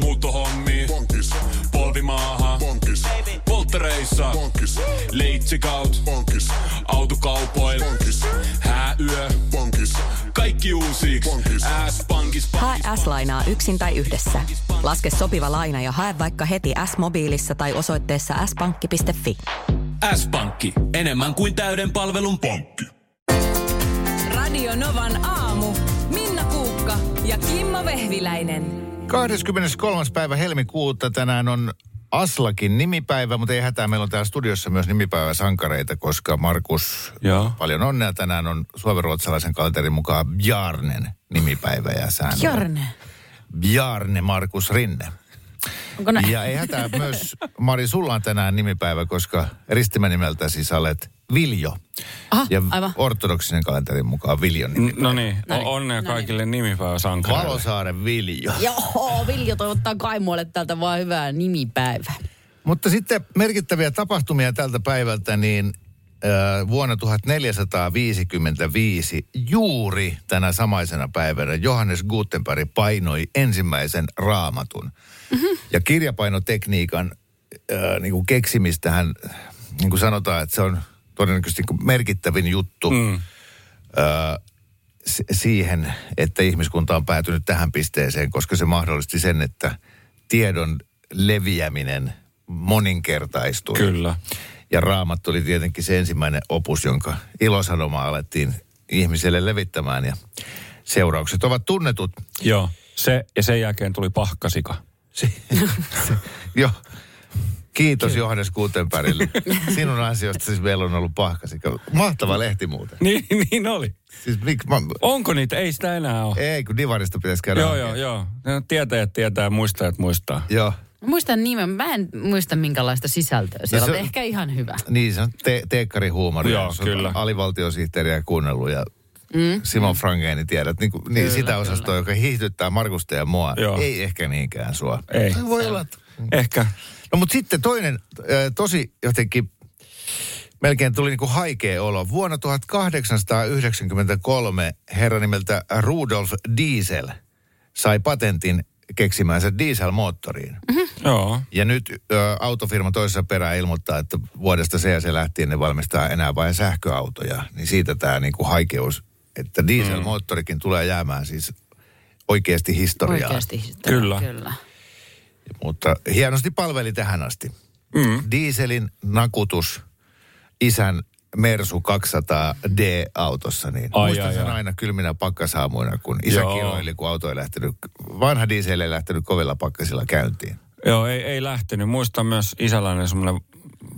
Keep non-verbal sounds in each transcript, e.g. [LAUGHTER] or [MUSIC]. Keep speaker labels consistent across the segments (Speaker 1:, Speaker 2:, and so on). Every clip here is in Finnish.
Speaker 1: Muuttohommi.
Speaker 2: Pankis,
Speaker 1: Polvimaaha.
Speaker 2: pankis,
Speaker 1: Polttereissa.
Speaker 2: pankis,
Speaker 1: Leitsikaut.
Speaker 2: pankis,
Speaker 1: Autokaupoil.
Speaker 2: pankis,
Speaker 1: Hääyö.
Speaker 2: pankis,
Speaker 1: Kaikki uusi.
Speaker 2: Pankis.
Speaker 1: S-pankis.
Speaker 3: Hae
Speaker 1: pankis,
Speaker 3: S-lainaa yksin tai yhdessä. Laske sopiva laina ja hae vaikka heti S-mobiilissa tai osoitteessa s-pankki.fi.
Speaker 1: S-pankki. Enemmän kuin täyden palvelun pankki.
Speaker 4: Radio Novan aamu. Minna Kuukka ja Kimmo Vehviläinen.
Speaker 5: 23. päivä helmikuuta tänään on Aslakin nimipäivä, mutta ei hätää, meillä on täällä studiossa myös nimipäiväsankareita, koska Markus,
Speaker 1: Joo.
Speaker 5: paljon onnea. Tänään on suomenruotsalaisen kalenterin mukaan Bjarnen nimipäivä ja säännö.
Speaker 4: Jorne.
Speaker 5: Bjarne Markus Rinne.
Speaker 4: Onko näin?
Speaker 5: Ja ei hätää myös, Mari, sulla on tänään nimipäivä, koska ristimenimeltä siis olet Viljo.
Speaker 4: Aha,
Speaker 5: ja
Speaker 4: aivan.
Speaker 5: ortodoksinen kalenterin mukaan Viljon nimi.
Speaker 6: No niin,
Speaker 4: No niin,
Speaker 6: o- onnea
Speaker 4: no
Speaker 6: kaikille nimipäiväsankareille.
Speaker 5: Valosaaren Viljo.
Speaker 4: Joo, Viljo toivottaa Kaimualle täältä vaan hyvää nimipäivää.
Speaker 5: Mutta sitten merkittäviä tapahtumia tältä päivältä, niin äh, vuonna 1455 juuri tänä samaisena päivänä Johannes Gutenberg painoi ensimmäisen raamatun. Mm-hmm. Ja kirjapainotekniikan äh, niin kuin keksimistähän, niin kuin sanotaan, että se on todennäköisesti niin kuin merkittävin juttu. Mm si- siihen, että ihmiskunta on päätynyt tähän pisteeseen, koska se mahdollisti sen, että tiedon leviäminen moninkertaistui.
Speaker 6: Kyllä.
Speaker 5: Ja Raamattu oli tietenkin se ensimmäinen opus, jonka ilosanomaa alettiin ihmiselle levittämään ja seuraukset ovat tunnetut.
Speaker 6: Joo, se ja sen jälkeen tuli pahkasika.
Speaker 5: [LAUGHS] Jo. Kiitos Johannes
Speaker 6: [LAUGHS]
Speaker 5: Kuutenpärille. Sinun ansiosta siis meillä on ollut pahkasika. Mahtava lehti muuten.
Speaker 6: [LAUGHS] Niin, niin oli.
Speaker 5: Siis mik, mä,
Speaker 6: Onko niitä? Ei sitä enää ole.
Speaker 5: ei, kun divarista pitäisi käydä.
Speaker 6: Oh. Joo, joo,
Speaker 5: hakemaan.
Speaker 6: joo. No, Tietäjät tietää, muistajat muistaa.
Speaker 5: joo.
Speaker 4: Mä Muistan nimen, mä en muista minkälaista sisältöä siellä,
Speaker 5: se-
Speaker 4: no se... ehkä ihan hyvä.
Speaker 5: Niin, se on te- teekkarihuumoria.
Speaker 6: Joo,
Speaker 5: Jos on
Speaker 6: kyllä.
Speaker 5: Alivaltiosihteeriä kuunnellut ja mm. Simon Frangeni tiedät. Niin, kuin- niin kyllä, sitä osastoa, kyllä. joka hiihdyttää Markusta ja mua.
Speaker 6: Joo.
Speaker 5: Ei ehkä niinkään sua.
Speaker 6: Ei.
Speaker 5: Se Voi olla. että-
Speaker 6: Ehkä.
Speaker 5: No mutta sitten toinen, ö, tosi jotenkin, melkein tuli niinku haikea olo. Vuonna 1893 herra nimeltä Rudolf Diesel sai patentin keksimäänsä dieselmoottoriin.
Speaker 6: Joo.
Speaker 5: Ja nyt ö, autofirma toisessa perään ilmoittaa, että vuodesta se ja se lähtien ne valmistaa enää vain sähköautoja. Niin siitä tämä niinku haikeus, että dieselmoottorikin tulee jäämään siis oikeasti historiaan.
Speaker 4: Oikeasti. sitä-
Speaker 6: Kyllä.
Speaker 4: Kyllä.
Speaker 5: Mutta hienosti palveli tähän asti. Mm. Dieselin nakutus isän Mersu 200D autossa, niin
Speaker 6: Ai,
Speaker 5: muistan
Speaker 6: ai,
Speaker 5: sen
Speaker 6: ai.
Speaker 5: aina kylminä pakkasaamuina, kun isä
Speaker 6: Joo.
Speaker 5: kiroili, kun auto ei lähtenyt, vanha diesel ei lähtenyt kovilla pakkasilla käyntiin.
Speaker 6: Joo, ei, ei lähtenyt. Muistan myös isäläinen semmoinen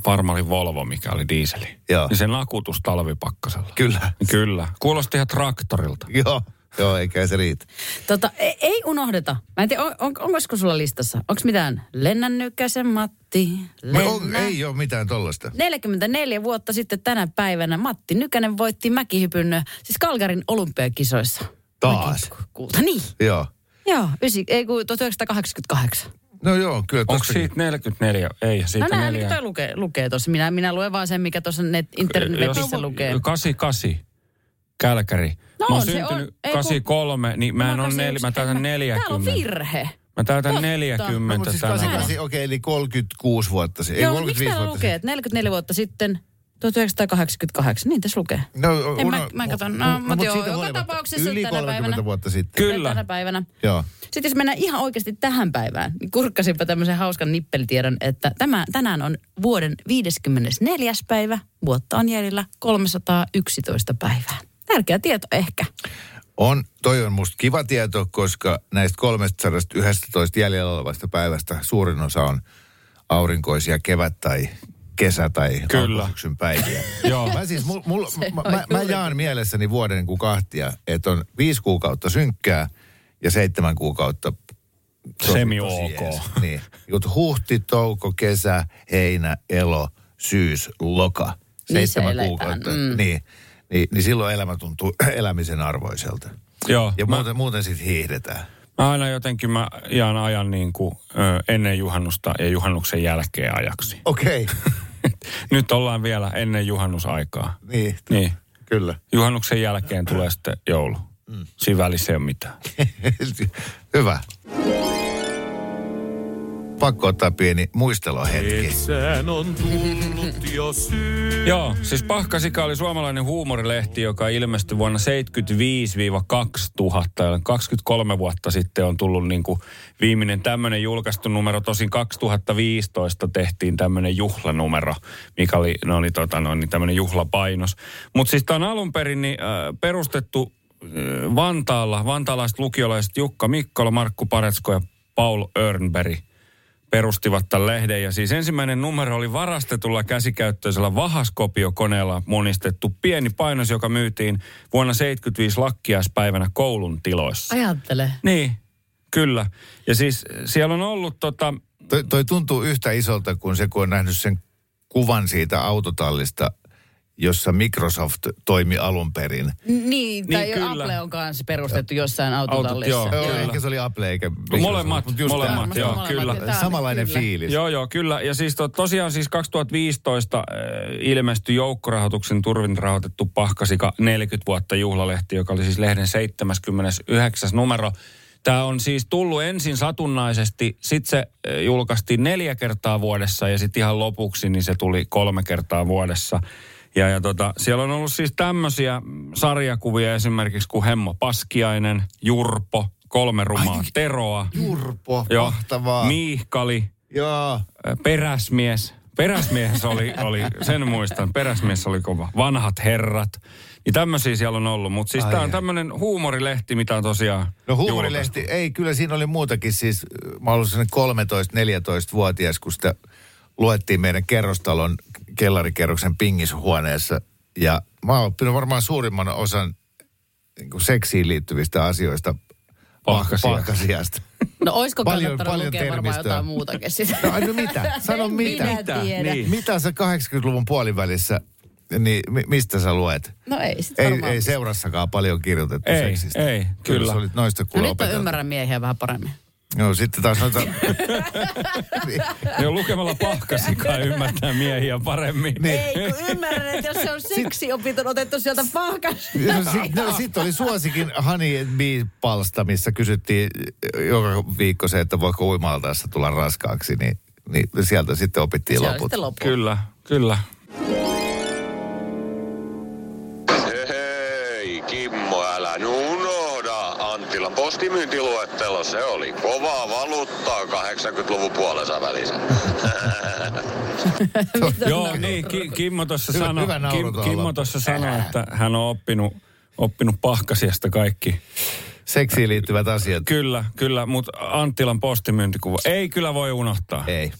Speaker 6: farmari Volvo, mikä oli diiseli.
Speaker 5: Joo.
Speaker 6: Niin se nakutus talvipakkasella.
Speaker 5: Kyllä. [LAUGHS]
Speaker 6: Kyllä. Kuulosti ihan traktorilta.
Speaker 5: Joo, joo, eikä se riitä.
Speaker 4: Tota, ei, ei unohdeta. Mä en tiedä, on, on, onko sulla listassa? Onko mitään? Lennä Nykäsen Matti,
Speaker 5: Me
Speaker 4: lennä.
Speaker 5: on, No, ei ole mitään tollasta.
Speaker 4: 44 vuotta sitten tänä päivänä Matti Nykänen voitti mäkihypyn, siis Kalgarin olympiakisoissa.
Speaker 5: Taas.
Speaker 4: Kulta, niin.
Speaker 5: Joo.
Speaker 4: Joo, ysi, ei kun 1988.
Speaker 5: No joo, kyllä
Speaker 6: Onko
Speaker 5: tostakin-
Speaker 6: siitä 44? Ei, siitä
Speaker 4: No näin,
Speaker 6: neljä.
Speaker 4: toi lukee, lukee tuossa. Minä, minä luen vaan sen, mikä tuossa net, internetissä
Speaker 6: Jos-
Speaker 4: lukee.
Speaker 6: 88, Kälkäri.
Speaker 4: No
Speaker 6: mä oon
Speaker 4: on se, on.
Speaker 6: syntynyt
Speaker 4: Ei kun-
Speaker 6: 83, niin mä en ole nel, mä täytän
Speaker 4: Täällä on
Speaker 6: 40.
Speaker 4: virhe.
Speaker 6: Mä
Speaker 4: Totta.
Speaker 6: täytän
Speaker 5: No,
Speaker 6: 40
Speaker 5: mutta siis
Speaker 6: tänä vuonna.
Speaker 5: 88, okei, eli 36 vuotta sitten.
Speaker 4: Joo,
Speaker 5: ei,
Speaker 4: miksi
Speaker 5: 35
Speaker 4: täällä
Speaker 5: vuotta
Speaker 4: lukee, että 44 vuotta sitten 1988, niin tässä lukee.
Speaker 5: sitten. No,
Speaker 4: En
Speaker 5: uno-
Speaker 4: mä- mä en katon. No,
Speaker 5: mu-
Speaker 4: mut
Speaker 5: mut
Speaker 4: joo,
Speaker 5: siitä
Speaker 4: joka
Speaker 5: huolimatta.
Speaker 4: tapauksessa
Speaker 5: Yli
Speaker 4: tänä päivänä.
Speaker 5: 30 vuotta sitten.
Speaker 6: Kyllä.
Speaker 4: Tänä päivänä.
Speaker 5: Joo.
Speaker 4: Sitten jos mennään ihan oikeasti tähän päivään, niin kurkkasinpa tämmöisen hauskan nippelitiedon, että tämä, tänään on vuoden 54. päivä, vuotta on jäljellä 311 päivää. Tärkeä tieto ehkä.
Speaker 5: On, toi on musta kiva tieto, koska näistä 311 jäljellä olevasta päivästä suurin osa on aurinkoisia kevät- tai kesä- tai
Speaker 6: Kyllä.
Speaker 5: alkusyksyn päiviä.
Speaker 6: [LAUGHS] Joo.
Speaker 5: Mä siis, mul, mul, mä, mä, mä jaan mielessäni vuoden kuin kahtia, että on viisi kuukautta synkkää ja seitsemän kuukautta tosi,
Speaker 6: Semi
Speaker 5: tosi
Speaker 6: ok.
Speaker 5: jees. Niin. Jut huhti, touko, kesä, heinä, elo, syys, loka.
Speaker 4: Niissä
Speaker 5: Seitsemän
Speaker 4: Niin eletään,
Speaker 5: kuukautta.
Speaker 4: mm.
Speaker 5: Niin, niin, niin silloin elämä tuntuu [CLEARS THROAT] elämisen arvoiselta.
Speaker 6: Joo,
Speaker 5: Ja
Speaker 6: mä,
Speaker 5: muuten, muuten sitten hiihdetään.
Speaker 6: mä aina jotenkin mä jaan ajan niin kuin, ö, ennen juhannusta ja juhannuksen jälkeen ajaksi. [LAUGHS]
Speaker 5: Okei. [LAUGHS] Okay.
Speaker 6: Nyt ollaan vielä ennen juhannusaikaa.
Speaker 5: niin,
Speaker 6: Niin.
Speaker 5: kyllä. [LAUGHS]
Speaker 6: Juhannuksen jälkeen tulee sitten
Speaker 5: Mm.
Speaker 6: joulu. Siinä välissä ei ole mitään.
Speaker 5: Hyvä. pakko ottaa pieni muistelohetki.
Speaker 1: Sään on tullut jo syy.
Speaker 6: Joo, siis Pahkasika oli suomalainen huumorilehti, joka ilmestyi vuonna 75-2000. Eli 23 vuotta sitten on tullut niin kuin viimeinen tämmöinen julkaistu numero. Tosin 2015 tehtiin tämmöinen juhlanumero, mikä oli, no oli tota noin, niin tämmöinen juhlapainos. Mutta siis tämä on alun perin niin, äh, perustettu äh, Vantaalla, vantaalaiset lukiolaiset Jukka Mikkola, Markku Paretsko ja Paul Örnberg perustivat tämän lehden. Ja siis ensimmäinen numero oli varastetulla käsikäyttöisellä vahaskopiokoneella monistettu pieni painos, joka myytiin vuonna 75 lakkiaispäivänä koulun tiloissa.
Speaker 4: Ajattele.
Speaker 6: Niin, kyllä. Ja siis siellä on ollut tota,
Speaker 5: Toi, toi tuntuu yhtä isolta kuin se, kun on nähnyt sen kuvan siitä autotallista, jossa Microsoft toimi alun perin.
Speaker 4: Niin, tai
Speaker 6: Niin,
Speaker 4: niin,
Speaker 6: kyllä.
Speaker 4: Apple on kanssa perustettu jossain autotallissa.
Speaker 6: Autot, joo.
Speaker 5: Joo,
Speaker 6: Kyllä.
Speaker 5: ehkä se oli Apple eikä Microsoft.
Speaker 6: molemmat,
Speaker 5: mut just
Speaker 6: molemmat,
Speaker 5: tää.
Speaker 4: Varmasti
Speaker 6: joo,
Speaker 4: molemmat,
Speaker 6: kyllä.
Speaker 4: ja tää on
Speaker 5: Samanlainen
Speaker 4: kyllä.
Speaker 5: fiilis.
Speaker 6: Joo, joo, kyllä. Ja siis to, tosiaan siis 2015 äh, ilmestyi joukkorahoituksen turvin rahoitettu pahkasika 40 vuotta juhlalehti, joka oli siis lehden 79. numero. Tämä on siis tullut ensin satunnaisesti, sitten se äh, julkaistiin neljä kertaa vuodessa ja sitten ihan lopuksi niin se tuli kolme kertaa vuodessa. Ja, ja tota, siellä on ollut siis tämmöisiä sarjakuvia esimerkiksi kuin Hemmo Paskiainen, Jurpo, Kolme rumaa Teroa,
Speaker 5: Urpo,
Speaker 6: Joo.
Speaker 5: mahtavaa.
Speaker 6: Miihkali,
Speaker 5: Joo. No
Speaker 6: peräsmies. Peräsmies oli, oli, sen muistan, peräsmies oli kova. Vanhat herrat. Niin tämmöisiä siellä on ollut. Mutta siis
Speaker 5: Ai
Speaker 6: tämä on
Speaker 5: ai.
Speaker 6: tämmöinen huumorilehti, mitä on tosiaan
Speaker 5: No
Speaker 6: julkaistu.
Speaker 5: huumorilehti, ei kyllä siinä oli muutakin. Siis äh, mä olin 13-14-vuotias, kun sitä luettiin meidän kerrostalon kellarikerroksen pingishuoneessa. Ja mä oon oppinut varmaan suurimman osan niin kuin seksiin liittyvistä asioista
Speaker 6: Pahkasiasta.
Speaker 5: pahkasiasta.
Speaker 4: No oisko
Speaker 5: Paljon-
Speaker 4: kannattanut
Speaker 5: paljon
Speaker 4: lukea varmaan
Speaker 5: termistöä.
Speaker 4: jotain muutakin sitä?
Speaker 5: No, ai, no mitä? Sano
Speaker 4: En [LAUGHS]
Speaker 5: mitä.
Speaker 4: Minä tiedä.
Speaker 6: Niin.
Speaker 4: Niin.
Speaker 5: [LAUGHS] Mitä sä 80-luvun puolivälissä, niin mi- mistä sä luet?
Speaker 4: No ei sit
Speaker 5: Ei,
Speaker 4: varmaan.
Speaker 5: ei seurassakaan paljon kirjoitettu
Speaker 6: Ei,
Speaker 5: seksistä.
Speaker 6: ei, kyllä.
Speaker 5: Kyllä sä olit noista
Speaker 4: no,
Speaker 5: kuulla
Speaker 4: nyt on ymmärrän miehiä vähän paremmin.
Speaker 5: No sitten taas noita...
Speaker 4: [LAUGHS]
Speaker 6: Jo lukemalla pahkasikaa ymmärtää miehiä paremmin.
Speaker 5: niin.
Speaker 4: Ei, kun ymmärrän, että jos se on seksiopinto otettu sieltä pahkas.
Speaker 5: No, sit, no, sit oli suosikin Honey and Bee-palsta, missä kysyttiin eh, joka viikko se, että voiko uimaltaessa tulla raskaaksi, niin, niin sieltä sitten opittiin
Speaker 4: Se on
Speaker 5: loput.
Speaker 4: sitten loppu.
Speaker 6: Kyllä, kyllä.
Speaker 2: Hei, Kimmo, älä nyt unohda. Anttilan postimyyntiluettelo, se oli kovaa valuuttaa 80-luvun puolensa välissä. [LAUGHS]
Speaker 6: Joo, niin, Ki- Kimmo tuossa
Speaker 5: Hyvä-
Speaker 6: sanoi,
Speaker 5: hyvä nauru
Speaker 6: Kim,
Speaker 5: tuolla.
Speaker 6: Kimmo tossa sanoi, että hän on oppinut, oppinut pahkasiasta kaikki.
Speaker 5: Seksiin liittyvät asiat.
Speaker 6: Kyllä, kyllä, mutta Anttilan postimyyntikuva. Ei kyllä voi unohtaa.
Speaker 5: Ei.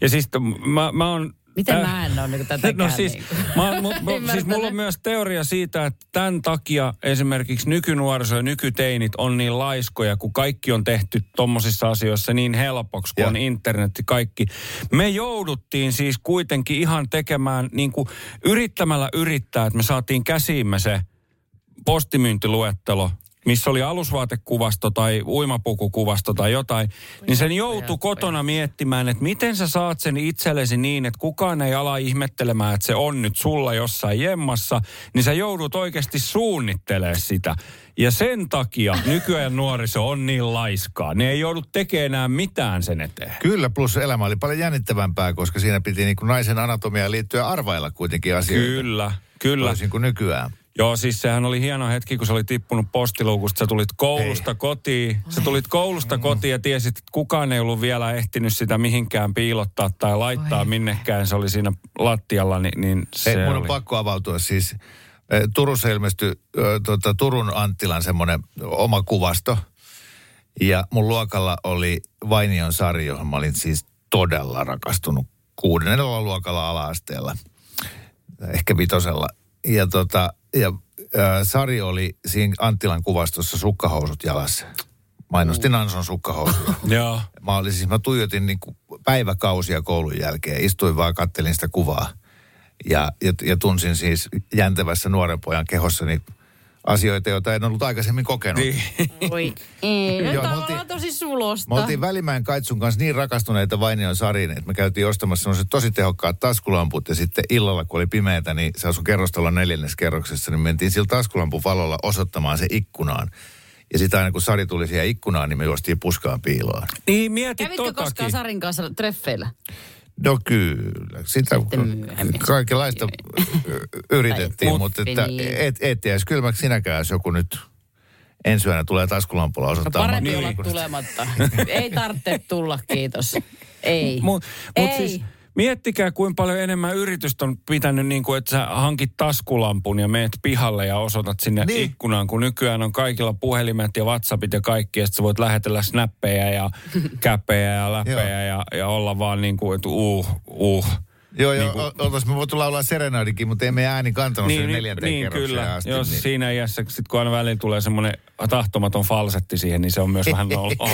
Speaker 6: Ja siis t- mä, mä oon...
Speaker 4: Miten
Speaker 6: Äh,
Speaker 4: mä en ole niin tätä
Speaker 6: No siis, mä, oon- mu, mu, siis
Speaker 4: Ymmärtänyt.
Speaker 6: mulla on myös teoria siitä, että tämän takia esimerkiksi nykynuoriso ja nykyteinit on niin laiskoja, kun kaikki on tehty tommosissa asioissa niin helpoksi, kun
Speaker 5: Joo.
Speaker 6: on internetti kaikki. Me jouduttiin siis kuitenkin ihan tekemään, niin kuin yrittämällä yrittää, että me saatiin käsiimme se postimyyntiluettelo, missä oli alusvaatekuvasto tai uimapukukuvasto tai jotain, niin sen joutui kotona miettimään, että miten sä saat sen itsellesi niin, että kukaan ei ala ihmettelemään, että se on nyt sulla jossain jemmassa, niin sä joudut oikeasti suunnittelemaan sitä. Ja sen takia nykyään nuoriso on niin laiskaa. Ne ei joudu tekemään enää mitään sen eteen.
Speaker 5: Kyllä, plus elämä oli paljon jännittävämpää, koska siinä piti niin kuin naisen anatomiaan liittyen arvailla kuitenkin asioita.
Speaker 6: Kyllä, kyllä.
Speaker 5: Toisin kuin nykyään.
Speaker 6: Joo, siis sehän oli hieno hetki, kun sä olit tippunut postiluukusta. Sä tulit koulusta ei. kotiin. Sä tulit
Speaker 5: Mm.
Speaker 6: koulusta kotiin ja tiesit, että kukaan ei ollut vielä ehtinyt sitä mihinkään piilottaa tai laittaa Oi. minnekään. Se oli siinä lattialla, niin, niin se
Speaker 5: Hei, mun
Speaker 6: oli.
Speaker 5: on pakko avautua siis. eh, Turussa ilmestyi ö, tota, Turun Anttilan semmoinen oma kuvasto. Ja mun luokalla oli Vainion sarja, johon mä olin siis todella rakastunut kuudennella luokalla ala-asteella. Ehkä vitosella. Ja, tota, ja ö, Sari oli siinä Anttilan kuvastossa sukkahousut jalassa. Mainostin Anson sukkahousuja.
Speaker 6: Joo.
Speaker 5: Mä olin siis, mä tuijotin niin kuin päiväkausia koulun jälkeen. Istuin vaan, kattelin sitä kuvaa. Ja, ja, ja tunsin siis jäntevässä nuoren pojan kehossani asioita, joita en ollut aikaisemmin kokenut.
Speaker 6: Niin.
Speaker 4: Voi ei. no Nyt
Speaker 5: Joo, me
Speaker 4: ollaan
Speaker 5: oltiin-
Speaker 4: tosi sulosta.
Speaker 5: Me oltiin Välimäen Kaitsun kanssa niin rakastuneita Vainion Sariin, että me käytiin ostamassa sellaiset tosi tehokkaat taskulamput. Ja sitten illalla, kun oli pimeätä, niin se asui kerrostalon neljänneskerroksessa, niin mentiin sillä taskulampun valolla osoittamaan se ikkunaan. Ja sitten aina kun Sari tuli siihen ikkunaan, niin me juostiin puskaan piiloon.
Speaker 6: Niin, mieti
Speaker 4: Kävitkö koskaan
Speaker 6: totakin.
Speaker 4: Sarin kanssa treffeillä?
Speaker 5: No kyllä, sitä
Speaker 4: Sitten myöhemmin.
Speaker 5: kaikenlaista yritettiin,
Speaker 4: Mut-
Speaker 5: mutta että
Speaker 4: Niin.
Speaker 5: et, et jäisi kylmäksi sinäkään, jos joku nyt ensi yönä tulee taskulampulla
Speaker 4: No
Speaker 5: osoittaa.
Speaker 4: parempi
Speaker 5: monta
Speaker 4: olla
Speaker 5: viikon-
Speaker 4: tulematta. Ei tarvitse tulla, kiitos. Ei.
Speaker 6: Mut, mut
Speaker 4: Ei.
Speaker 6: siis miettikää, kuinka paljon enemmän yritystä on pitänyt, niin kuin, että sä hankit taskulampun ja meet pihalle ja osoitat sinne
Speaker 5: Niin.
Speaker 6: niin. ikkunaan, kun nykyään on kaikilla puhelimet ja WhatsAppit ja kaikki, ja sit sä voit lähetellä snappeja ja käpejä ja läpejä ja, ja, olla vaan niin kuin, että uh, uh.
Speaker 5: Joo, joo, niin oltais me voitu laulaa serenadikin, mutta ei meidän ääni kantanut niin, sen neljänteen
Speaker 6: niin
Speaker 5: kerrokseen
Speaker 6: kyllä.
Speaker 5: asti.
Speaker 6: Jos
Speaker 5: niin.
Speaker 6: siinä iässä, sit kun aina välillä tulee semmoinen tahtomaton falsetti siihen, niin se on
Speaker 5: [LAUGHS]
Speaker 6: myös vähän noloa.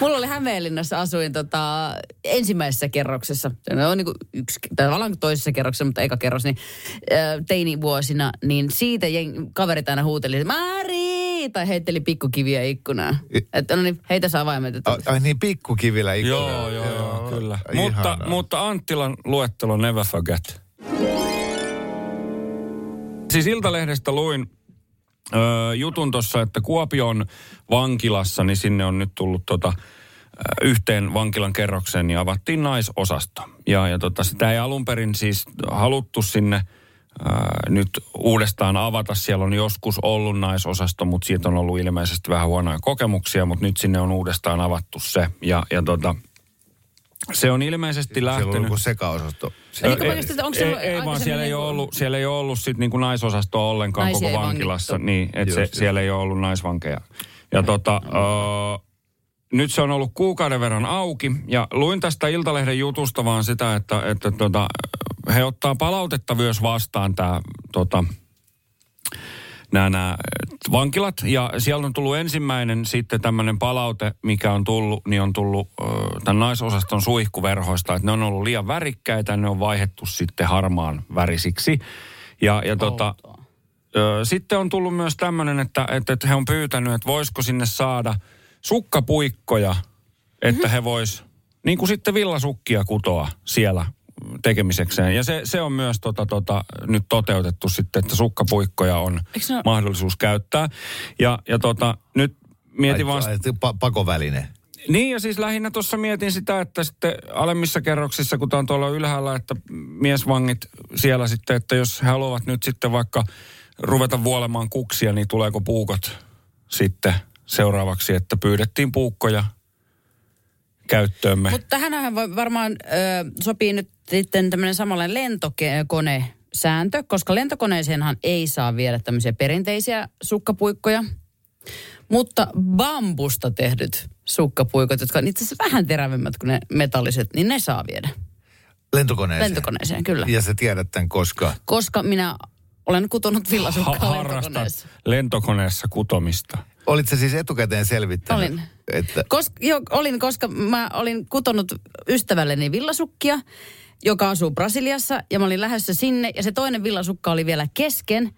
Speaker 4: Mulla oli Hämeenlinnassa, asuin tota, ensimmäisessä kerroksessa. Se on niin kuin yksi, tai tavallaan toisessa kerroksessa, mutta eka kerros, niin ö, teinivuosina, niin siitä jeng, kaverit aina huuteli, että Mari! Tai heitteli pikkukiviä ikkunaan. Että no niin, heitä saa avaimet. Että,
Speaker 5: Ai, ai niin, pikkukivillä ikkunalla.
Speaker 6: joo, joo, joo, kyllä. Mutta,
Speaker 5: Ihanaa.
Speaker 6: mutta Anttilan luettelo Never Forget. Siis Iltalehdestä luin ö, jutun tuossa, että Kuopion vankilassa, niin sinne on nyt tullut tota, ö, yhteen vankilan kerrokseen, niin avattiin naisosasto. Ja, ja tota, sitä ei alun perin siis haluttu sinne ö, nyt uudestaan avata. Siellä on joskus ollut naisosasto, mutta siitä on ollut ilmeisesti vähän huonoja kokemuksia, mutta nyt sinne on uudestaan avattu se. Ja, ja tota, se on ilmeisesti
Speaker 5: Siellä on
Speaker 6: lähtenyt...
Speaker 5: joku sekaosasto.
Speaker 4: Eli kun
Speaker 5: Siellä-
Speaker 4: mä just, että onko se
Speaker 6: Ei,
Speaker 4: ollut
Speaker 6: ei vaan
Speaker 4: aikaisemmin
Speaker 6: siellä ei,
Speaker 4: niin
Speaker 6: ole
Speaker 4: kuin-
Speaker 6: ollut, siellä ei ole ollut sit niinku naisosastoa ollenkaan
Speaker 4: Naisia ei
Speaker 6: koko vankilassa.
Speaker 4: vangittu.
Speaker 6: Niin, et se,
Speaker 5: Just,
Speaker 6: siellä ei ole ollut naisvankeja. Ja tota, öö, nyt se on ollut kuukauden verran auki. Ja luin tästä Iltalehden jutusta vaan sitä, että, että tota, he ottaa palautetta myös vastaan tämä tota, nämä, nämä vankilat. Ja siellä on tullut ensimmäinen sitten tämmöinen palaute, mikä on tullut, niin on tullut ö, tämän naisosaston suihkuverhoista, että ne on ollut liian värikkäitä, ne on vaihettu sitten harmaan värisiksi. Ja, ja tota, ö, sitten on tullut myös tämmöinen, että, että, että he on pyytänyt, että voisiko sinne saada sukkapuikkoja, että he vois, niin kuin sitten villasukkia kutoa siellä tekemisekseen. Ja se, se on myös tota, tota, nyt toteutettu sitten, että sukkapuikkoja on
Speaker 4: Eikö se ole-
Speaker 6: mahdollisuus käyttää. Ja, ja tota, nyt mietin
Speaker 5: Ai-
Speaker 6: vaan...
Speaker 5: ai, pa- pakoväline.
Speaker 6: Niin ja siis lähinnä tuossa mietin sitä, että sitten alemmissa kerroksissa, kun tämä on tuolla ylhäällä, että miesvangit siellä sitten, että jos he haluavat nyt sitten vaikka ruveta vuolemaan kuksia, niin tuleeko puukot sitten seuraavaksi, että pyydettiin puukkoja
Speaker 4: [LAUGHS]
Speaker 6: käyttöömme. Mut,
Speaker 4: Mutta tähänhän voi- varmaan ö, sopii nyt sitten tämmöinen samanlainen lentokone sääntö, koska lentokoneeseenhan ei saa viedä tämmöisiä perinteisiä sukkapuikkoja, mutta bambusta tehdyt sukkapuikot, jotka on itse asiassa vähän terävimmät kuin ne metalliset, niin ne saa viedä
Speaker 5: Lentokoneeseen.
Speaker 4: lentokoneeseen, kyllä.
Speaker 5: Ja sä tiedät tämän koska.
Speaker 4: Koska minä olen kutonut villasukkaa
Speaker 6: harrastat
Speaker 4: lentokoneessa.
Speaker 6: lentokoneessa kutomista.
Speaker 5: Olit sä siis etukäteen selvittänyt?
Speaker 4: Olin.
Speaker 5: Että,
Speaker 4: Koska, jo, olin, koska mä olin kutonut ystävälleni villasukkia, joka asuu Brasiliassa, ja mä olin lähdössä sinne, ja se toinen villasukka oli vielä kesken,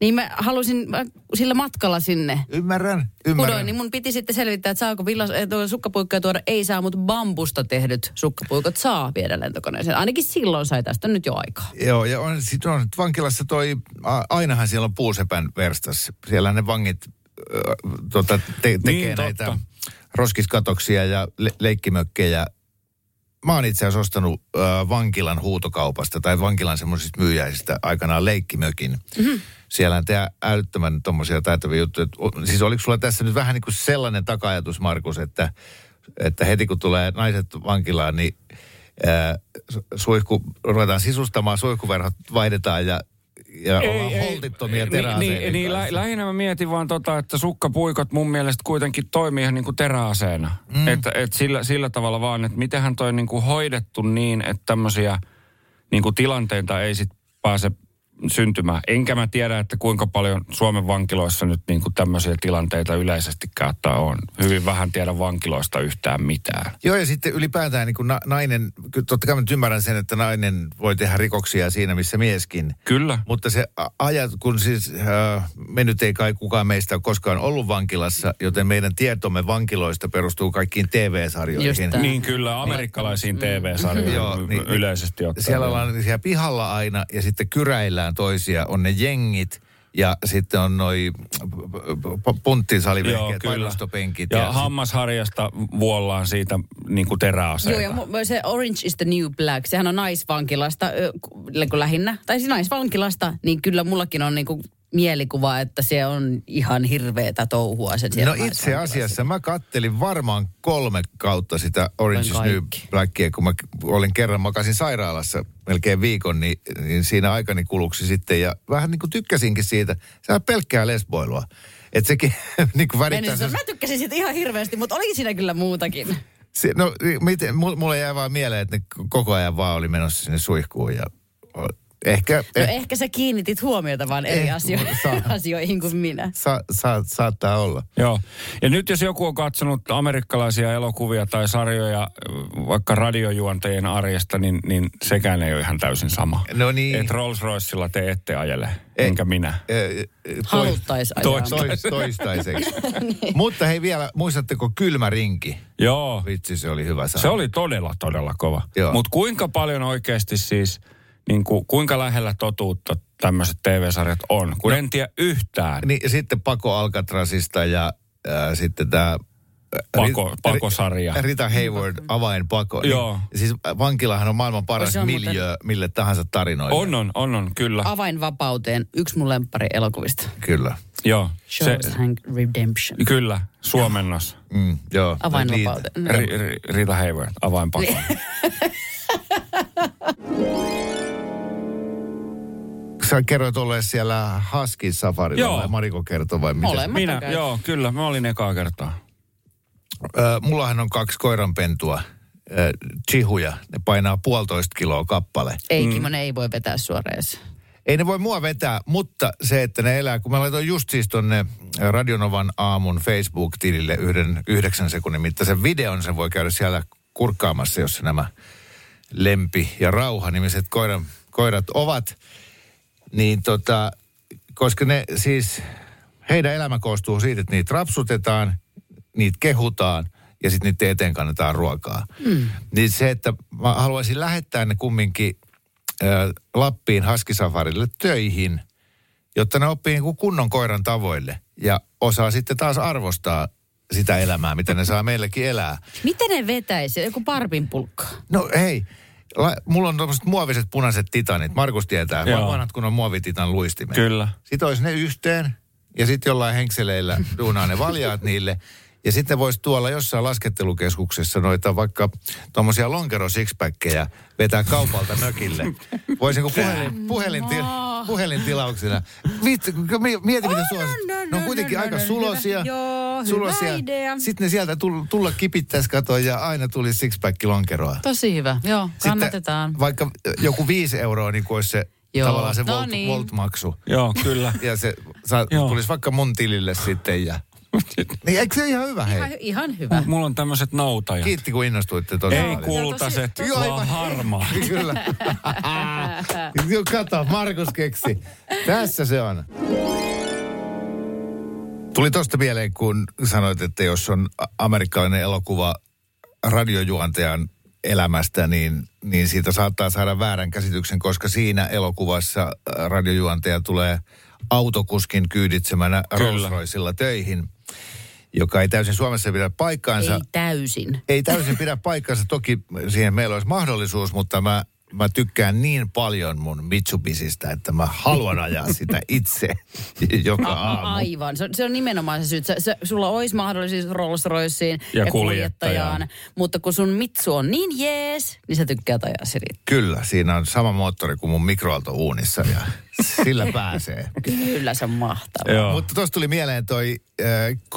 Speaker 4: niin mä halusin mä sillä matkalla sinne
Speaker 5: ymmärrän, ymmärrän.
Speaker 4: kudoin, niin mun piti sitten selvittää, että saako villas, eh, tuo sukkapuikkoja tuoda. Ei saa, mutta bambusta tehdyt sukkapuikot saa viedä lentokoneeseen. Ainakin silloin sai tästä nyt jo aikaa.
Speaker 5: Joo, ja on, sit on nyt vankilassa toi, a, ainahan siellä on puusepän verstas. Siellä ne vangit ö, tota, te, tekee
Speaker 6: Niin, totta.
Speaker 5: näitä roskiskatoksia ja le, leikkimökkejä. Mä oon itse asiassa ostanut ö, vankilan huutokaupasta tai vankilan semmoisista myyjäisistä aikanaan leikkimökin. Mm-hmm. Siellä tehdään älyttömän tommosia taitavia juttuja. O- Siis oliko sulla tässä nyt vähän niin kuin sellainen takajatus, Markus, että, että heti kun tulee naiset vankilaan, niin ää, su- suihku, ruvetaan sisustamaan, suihkuverhot vaihdetaan ja, ja ei, ollaan ei, holtittomia ei, teräaseiden
Speaker 6: Niin, niin lä-
Speaker 5: kanssa.
Speaker 6: lähinnä mä mietin vaan tota, että sukkapuikot mun mielestä kuitenkin toimii ihan niin kuin teräaseena. Mm. Että et sillä, sillä tavalla vaan, että mitenhän toi niin kuin hoidettu niin, että tämmöisiä niin kuin tilanteita ei sit pääse syntymään. Enkä mä tiedä, että kuinka paljon Suomen vankiloissa nyt niin kuin tämmöisiä tilanteita yleisestikään ottaa on. Hyvin vähän tiedä vankiloista yhtään mitään.
Speaker 5: Joo, ja sitten ylipäätään niin kuin na- nainen, kyllä totta kai mä nyt ymmärrän sen, että nainen voi tehdä rikoksia siinä, missä mieskin.
Speaker 6: Kyllä.
Speaker 5: Mutta se a- ajat, kun siis äh, me nyt ei kai kukaan meistä ole koskaan ollut vankilassa, joten meidän tietomme vankiloista perustuu kaikkiin
Speaker 4: Just
Speaker 5: TV-sarjoihin.
Speaker 4: tää.
Speaker 6: Niin kyllä, amerikkalaisiin TV-sarjoihin
Speaker 5: Niin. Joo,
Speaker 6: y-
Speaker 5: niin-
Speaker 6: yleisesti ottaen.
Speaker 5: Siellä ollaan siellä pihalla aina ja sitten kyräillään toisia, on ne jengit. Ja sitten on noi p- p- punttisalivehkeet,
Speaker 6: kyllä.
Speaker 5: painostopenkit.
Speaker 6: Ja,
Speaker 5: sit-
Speaker 6: hammasharjasta vuollaan siitä niin kuin teräaseita.
Speaker 4: Joo, ja mu- se Orange is the New Black, sehän on naisvankilasta ö, ku- ku- lähinnä. Tai siis naisvankilasta, niin kyllä mullakin on niinku mielikuva, että se on ihan hirveetä touhua se siellä
Speaker 5: No itse
Speaker 4: naisvankilassa.
Speaker 5: asiassa mä kattelin varmaan kolme kautta sitä Orange is
Speaker 4: Olen
Speaker 5: New
Speaker 4: kaikki.
Speaker 5: Blackia, kun mä olin kerran, makasin sairaalassa melkein viikon, niin, niin siinä aikani kuluksi sitten. Ja vähän niin kuin tykkäsinkin siitä. Se on pelkkää lesboilua. Että sekin [LAUGHS] niin kuin
Speaker 4: Mä en
Speaker 5: värittää...
Speaker 4: siis- Mä tykkäsin siitä ihan hirveästi, mutta oli siinä kyllä muutakin.
Speaker 5: Se, no, miten, mul- mulle jäi vaan mieleen, että ne koko ajan vaan oli menossa sinne suihkuun ja o- ehkä,
Speaker 4: No
Speaker 5: eh,
Speaker 4: ehkä sä kiinnitit huomiota vaan eri
Speaker 5: Eh,
Speaker 4: asio-
Speaker 5: saa.
Speaker 4: [LAUGHS] asioihin kuin minä.
Speaker 5: sa, sa, saattaa olla.
Speaker 6: Joo. Ja nyt jos joku on katsonut amerikkalaisia elokuvia tai sarjoja vaikka radiojuontajien arjesta, niin, niin sekään ei ole ihan täysin sama.
Speaker 5: No niin.
Speaker 6: Et Rolls Roycella te ette ajele, enkä minä.
Speaker 5: Eh, eh, toi-
Speaker 4: Haluttais
Speaker 6: toi-
Speaker 4: ajaa. Niin.
Speaker 5: Tois,
Speaker 4: [LAUGHS]
Speaker 5: toistaiseksi. Mutta hei vielä, muistatteko kylmä rinki?
Speaker 6: Joo.
Speaker 5: Vitsi, se oli hyvä sana.
Speaker 6: Se oli todella, todella kova.
Speaker 5: Joo.
Speaker 6: Mutta kuinka paljon oikeasti siis, niin kuin, kuinka lähellä totuutta tämmöiset TV-sarjat on, kun no. en tiedä yhtään. Niin.
Speaker 5: Niin, ja sitten Pako Alcatrasista ja äh, sitten tämä...
Speaker 6: Pako- pakosarja.
Speaker 5: Rita Hayward, avainpako.
Speaker 6: Joo.
Speaker 5: Niin, siis vankilahan on maailman paras
Speaker 4: Se on muuten-
Speaker 5: miljöö mille tahansa tarinoille.
Speaker 6: On, on, on, on, kyllä. A-
Speaker 4: Avainvapauteen, yksi mun lemppari elokuvista.
Speaker 5: Kyllä.
Speaker 6: Joo. Se,
Speaker 4: Shawshank Redemption.
Speaker 6: kyllä, suomennos.
Speaker 5: Mm, joo.
Speaker 4: Avainvapauteen.
Speaker 6: Ri, ri, Rita Hayward, avainpako.
Speaker 5: Niin, Sä kerroit olleen siellä Husky Safarilla
Speaker 6: Joo.
Speaker 5: vai Mariko kertoi vai miten?
Speaker 4: Molemmat.
Speaker 6: Minä,
Speaker 4: Totta kai.
Speaker 6: joo, kyllä, mä olin ekaa kertaa.
Speaker 5: Ö, mullahan on kaksi koiranpentua, ö, chihuja. Ne painaa puolitoista kiloa kappale.
Speaker 4: Ei, Kimon ei voi vetää suoraan. jos-
Speaker 5: Ei ne voi mua vetää, mutta se, että ne elää, kun mä laitoin just siis tonne Radionovan aamun Facebook-tilille yhden yhdeksän sekunnin mittaisen videon, sen voi käydä siellä kurkkaamassa, jossa nämä lempi- ja rauha-nimiset koiran, koirat ovat. Niin tota, koska ne siis, heidän elämä koostuu siitä, että niitä rapsutetaan, niitä kehutaan ja sitten niiden eteen kannetaan ruokaa. Mm. Niin se, että mä haluaisin lähettää ne kumminkin äh, Lappiin Haskisafarille töihin, jotta ne oppii niinku kunnon koiran tavoille ja osaa sitten taas arvostaa sitä elämää, mitä ne saa meilläkin elää.
Speaker 4: Miten ne vetäisi? Joku parpin pulkka.
Speaker 5: No hei, la, mulla on tuommoiset muoviset punaiset titanit. Markus tietää,
Speaker 6: Joo.
Speaker 5: Joo. vanhat kun on muovititan luistimet.
Speaker 6: Kyllä.
Speaker 5: Sitten olisi ne yhteen ja sitten jollain henkseleillä duunaa ne valjaat niille. Ja sitten voisi tuolla jossain laskettelukeskuksessa noita vaikka tuommoisia lonkero sixpackkejä vetää kaupalta mökille. Voisi niinku
Speaker 4: Mm,
Speaker 5: puhelin, puhelin,
Speaker 4: no.
Speaker 5: puhelintilauksena. Vitsi, kun mi- mieti mitä suosit.
Speaker 4: no,
Speaker 5: Ne on
Speaker 4: no,
Speaker 5: kuitenkin
Speaker 4: no,
Speaker 5: aika
Speaker 4: no, hyvä.
Speaker 5: sulosia.
Speaker 4: Joo, hyvä idea.
Speaker 5: Sitten ne sieltä tull- tulla kipittäisi katoa ja aina tuli sixpack lonkeroa.
Speaker 4: Tosi hyvä. Joo,
Speaker 5: Sitten
Speaker 4: kannatetaan.
Speaker 5: Vaikka joku viisi euroa, niin kuin olisi se
Speaker 4: Joo.
Speaker 5: Joo. tavallaan se
Speaker 4: No
Speaker 5: volt,
Speaker 4: niin.
Speaker 5: volt-maksu.
Speaker 6: Joo, kyllä. [LAUGHS]
Speaker 5: Ja se saa,
Speaker 6: Joo.
Speaker 5: tulisi vaikka mun tilille sitten. Ja... Niin, eikö se ihan hyvä hei?
Speaker 4: Ihan, ihan hyvä.
Speaker 6: Mulla on tämmöiset nautajat.
Speaker 5: Kiitti kun innostuitte tosi
Speaker 6: Ei
Speaker 5: paljon.
Speaker 6: kultaset,
Speaker 5: Joo,
Speaker 6: vaan
Speaker 5: aivan.
Speaker 6: harmaa.
Speaker 5: Kyllä. [LAUGHS] Joo, kato, Markus keksi. Tässä se on. Tuli tosta mieleen, kun sanoit, että jos on a- amerikkalainen elokuva radiojuontajan elämästä, niin, niin siitä saattaa saada väärän käsityksen, koska siinä elokuvassa ä, radiojuontaja tulee autokuskin kyyditsemänä
Speaker 6: Kyllä.
Speaker 5: Rolls Roycella töihin, joka ei täysin Suomessa pidä
Speaker 4: Ei
Speaker 5: paikkaansa
Speaker 4: täysin.
Speaker 5: ei täysin pidä paikkansa. Toki siihen meillä olisi mahdollisuus, mutta mä, mä tykkään niin paljon mun Mitsubisistä, että mä haluan ajaa sitä itse [LAUGHS] joka
Speaker 4: A- a-
Speaker 5: aamu.
Speaker 4: aivan. Se on, se on nimenomaan se syy. Se, se, sulla olisi mahdollisuus Rolls Royceen ja,
Speaker 6: Ja
Speaker 4: ja kuljettajaan.
Speaker 6: kuljettajaan.
Speaker 4: Mutta kun sun mitsu on niin jees, niin sä tykkäät ajaa se riittää.
Speaker 5: Kyllä, siinä on sama moottori kuin mun mikroaaltouunissa ja [LAUGHS] sillä pääsee.
Speaker 4: Kyllä se on mahtavaa.
Speaker 6: Joo.
Speaker 5: Mutta tuossa tuli mieleen toi äh,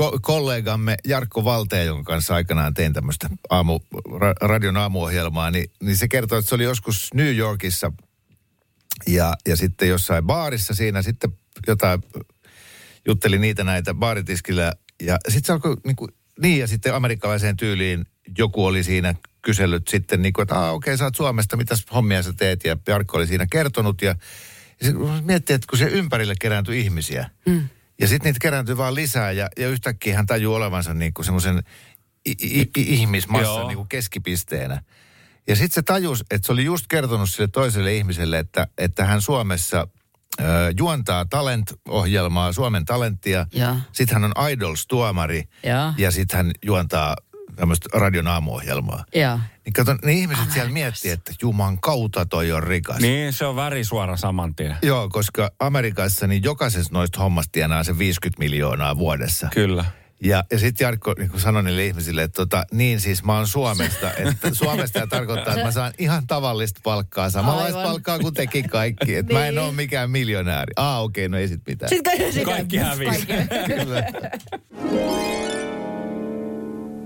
Speaker 5: ko- kollegamme Jarkko Valtea, jonka kanssa aikanaan tein tämmöistä aamu, ra- radion aamuohjelmaa, niin, niin se kertoi, että se oli joskus New Yorkissa ja, ja sitten jossain baarissa siinä sitten jotain jutteli niitä näitä baaritiskillä ja sitten se alkoi niin, kuin, niin ja sitten amerikkalaiseen tyyliin joku oli siinä kysellyt sitten niin kuin, että "Aa, okei sä oot Suomesta, mitäs hommia sä teet ja Jarkko oli siinä kertonut ja, ja se miettii, että kun se ympärille kerääntyi ihmisiä mm. ja sitten niitä kerääntyi vaan lisää ja, ja yhtäkkiä hän tajuu olevansa niin kuin semmoisen i- i- i- ihmismassan
Speaker 6: Joo.
Speaker 5: niin kuin keskipisteenä. Ja sitten se tajus, että se oli just kertonut sille toiselle ihmiselle, että, että hän Suomessa ö, juontaa talent-ohjelmaa, Suomen talenttia.
Speaker 4: Joo.
Speaker 5: Sitten hän on Idols-tuomari
Speaker 4: Joo.
Speaker 5: ja sitten hän juontaa tämmöistä radion aamuohjelmaa.
Speaker 4: Joo.
Speaker 5: Niin kato, ne ihmiset siellä miettii, että juman kautta toi on rikas.
Speaker 6: Niin, se on värisuora saman tien.
Speaker 5: Joo, koska Amerikassa niin jokaisessa noista hommasta tienaa se 50 miljoonaa vuodessa.
Speaker 6: Kyllä.
Speaker 5: Ja, ja sitten Jarkko niin kuin sanoi niille ihmisille, että tota, niin siis mä oon Suomesta. Että Suomesta ja tarkoittaa, että mä saan ihan tavallista palkkaa, samanlaista
Speaker 4: Aivan.
Speaker 5: palkkaa kuin teki kaikki. Että mä en
Speaker 4: Niin.
Speaker 5: ole mikään miljonääri. Aa okei, okay, no ei sit mitään.
Speaker 4: Sitten kaikki,
Speaker 6: Kaikki hävisi.
Speaker 5: Kyllä.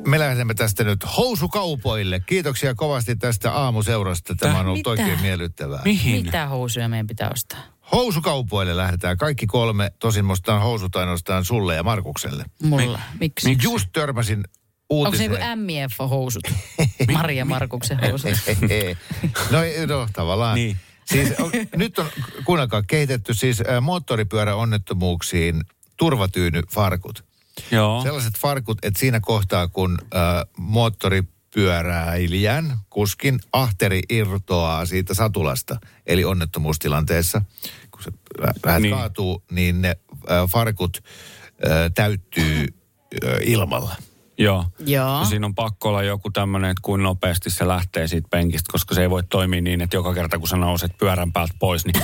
Speaker 5: Me lähdemme tästä nyt housukaupoille. Kiitoksia kovasti tästä aamuseurasta. Tämä on ollut
Speaker 4: Mitä?
Speaker 5: oikein miellyttävää.
Speaker 6: Mihin?
Speaker 4: Mitä housuja meidän pitää ostaa?
Speaker 5: Housukaupoille lähdetään kaikki kolme. Tosin mä ostan housut ainoastaan sulle ja Markukselle.
Speaker 4: Mulla. Miksi?
Speaker 5: Miksi? Just törmäsin
Speaker 4: Onko se
Speaker 5: uutiseen.
Speaker 4: niinku MIF-housut? Maria Markuksen housut.
Speaker 5: [LAUGHS] no, ei, no tavallaan.
Speaker 6: Niin.
Speaker 5: Siis on, nyt on, kuunnelkaa, kehitetty siis ä, moottoripyöräonnettomuuksiin turvatyynyfarkut.
Speaker 6: Joo.
Speaker 5: Sellaiset farkut, että siinä kohtaa kun ä, moottoripyöräilijän kuskin ahteri irtoaa siitä satulasta, eli onnettomuustilanteessa, kun se lä- lähet niin.
Speaker 6: Niin.
Speaker 5: kaatuu, niin ne ä, farkut ä, täyttyy ä, ilmalla.
Speaker 6: Joo.
Speaker 4: Joo.
Speaker 6: No siinä on pakko olla joku tämmöinen, että kuin nopeasti se lähtee siitä penkistä, koska se ei voi toimia niin, että joka kerta kun sä nouset pyörän päältä pois, niin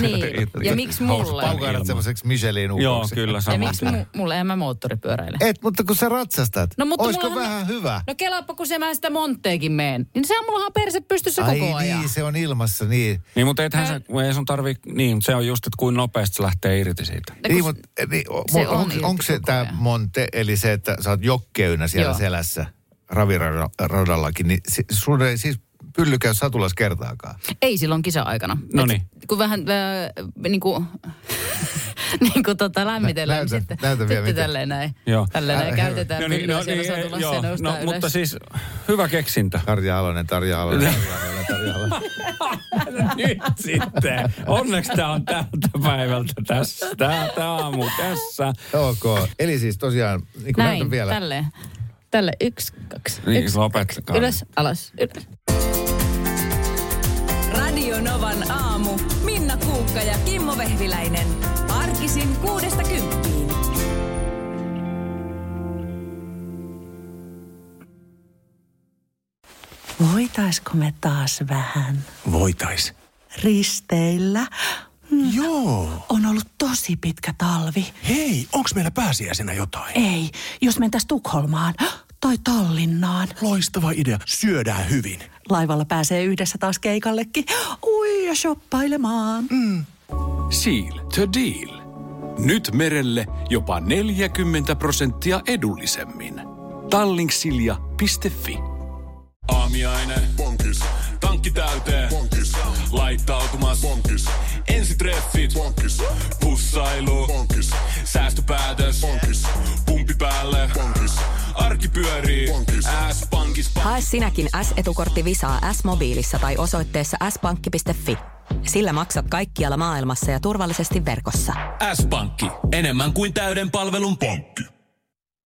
Speaker 4: niin. Ja miksi mulla?
Speaker 6: Housut
Speaker 5: Paukailet
Speaker 6: Ilman.
Speaker 5: semmoiseksi Michelin ukoksi.
Speaker 6: joo, kyllä
Speaker 4: Ja
Speaker 6: saman
Speaker 4: miksi
Speaker 6: tien.
Speaker 4: mu- mulla en mä moottoripyöräile?
Speaker 5: Et, mutta kun sä ratsastat,
Speaker 4: No, mutta
Speaker 5: olisiko
Speaker 4: mullahan-
Speaker 5: vähän hyvä?
Speaker 4: No kelaappa, kun se mä sitä montteekin meen. Niin sehän mulla on perse pystyssä
Speaker 5: Ai
Speaker 4: koko ajan. No,
Speaker 5: niin, se on ilmassa, niin.
Speaker 6: Niin, mutta ethän sä, ei sun tarvii, niin, mutta se on just, että kuin nopeasti se lähtee irti siitä.
Speaker 4: No kun
Speaker 5: niin,
Speaker 4: s-
Speaker 5: mutta, niin
Speaker 4: se on
Speaker 5: on,
Speaker 4: irti
Speaker 5: onko se
Speaker 4: koko
Speaker 5: tämä
Speaker 4: ajan.
Speaker 5: monte, eli se, että sä oot jokkeynä siellä
Speaker 4: Joo.
Speaker 5: Joo. selässä raviradallakin, niin si, sun ei siis pylly käy satulas kertaakaan.
Speaker 4: Ei silloin kisa-aikana.
Speaker 6: No niin.
Speaker 4: Et Kun vähän äh, niin [LAUGHS] kuin, niin kuin tota, lämmitellään.
Speaker 5: Näytä-
Speaker 4: niin sitten,
Speaker 5: näytä
Speaker 4: sitten
Speaker 5: vielä miten.
Speaker 4: tälleen näin.
Speaker 6: Joo.
Speaker 4: Tälleen näin käytetään. pyllyä siellä saa tulla
Speaker 6: joo,
Speaker 4: se
Speaker 6: niin, no,
Speaker 4: noustaan ylös.
Speaker 6: mutta siis hyvä
Speaker 4: [LAUGHS]
Speaker 6: keksintö.
Speaker 5: Tarja Halonen, Tarja Halonen, Tarja Halonen, Tarja Halonen.
Speaker 6: Nyt sitten. Onneksi tämä on tältä päivältä tässä, tältä aamu tässä.
Speaker 5: ok, eli siis tosiaan, niin kuin näytän
Speaker 4: Näin,
Speaker 5: vielä.
Speaker 4: tälleen. Tälle yksi, kaksi.
Speaker 6: Niin,
Speaker 4: yksi,
Speaker 6: lopettakaa.
Speaker 4: Ylös, alas, ylös.
Speaker 7: Radio Novan aamu. Minna Kuukka ja Kimmo Vehviläinen. Arkisin kuudesta kymppiin.
Speaker 8: Voitaisko me taas vähän
Speaker 9: Voitais.
Speaker 8: risteillä? Mm,
Speaker 9: Joo.
Speaker 8: On ollut tosi pitkä talvi.
Speaker 9: Hei, onks meillä pääsiäisenä jotain?
Speaker 8: Ei, jos mentäis Tukholmaan tai Tallinnaan.
Speaker 9: Loistava idea. Syödään hyvin.
Speaker 8: Laivalla pääsee yhdessä taas keikallekin. Ui ja shoppailemaan.
Speaker 10: Seal to Deal. Nyt merelle jopa 40 prosenttia edullisemmin. Tallingsilja.fi Aamiainen. Bonkis. Tankki täyteen. Bonkis. Laittautumas. Bonkis. Ensitreffit. Bonkis. Pussailu. Bonkis. Säästöpäätös. Bonkis. Pumpi päälle. Bonkis. Arki pyörii. Bonkis. S-pankis.
Speaker 3: Hae sinäkin S-etukortti Visaa S-mobiilissa tai osoitteessa s-pankki.fi. Sillä maksat kaikkialla maailmassa ja turvallisesti verkossa.
Speaker 1: S-pankki, enemmän kuin täyden palvelun pankki.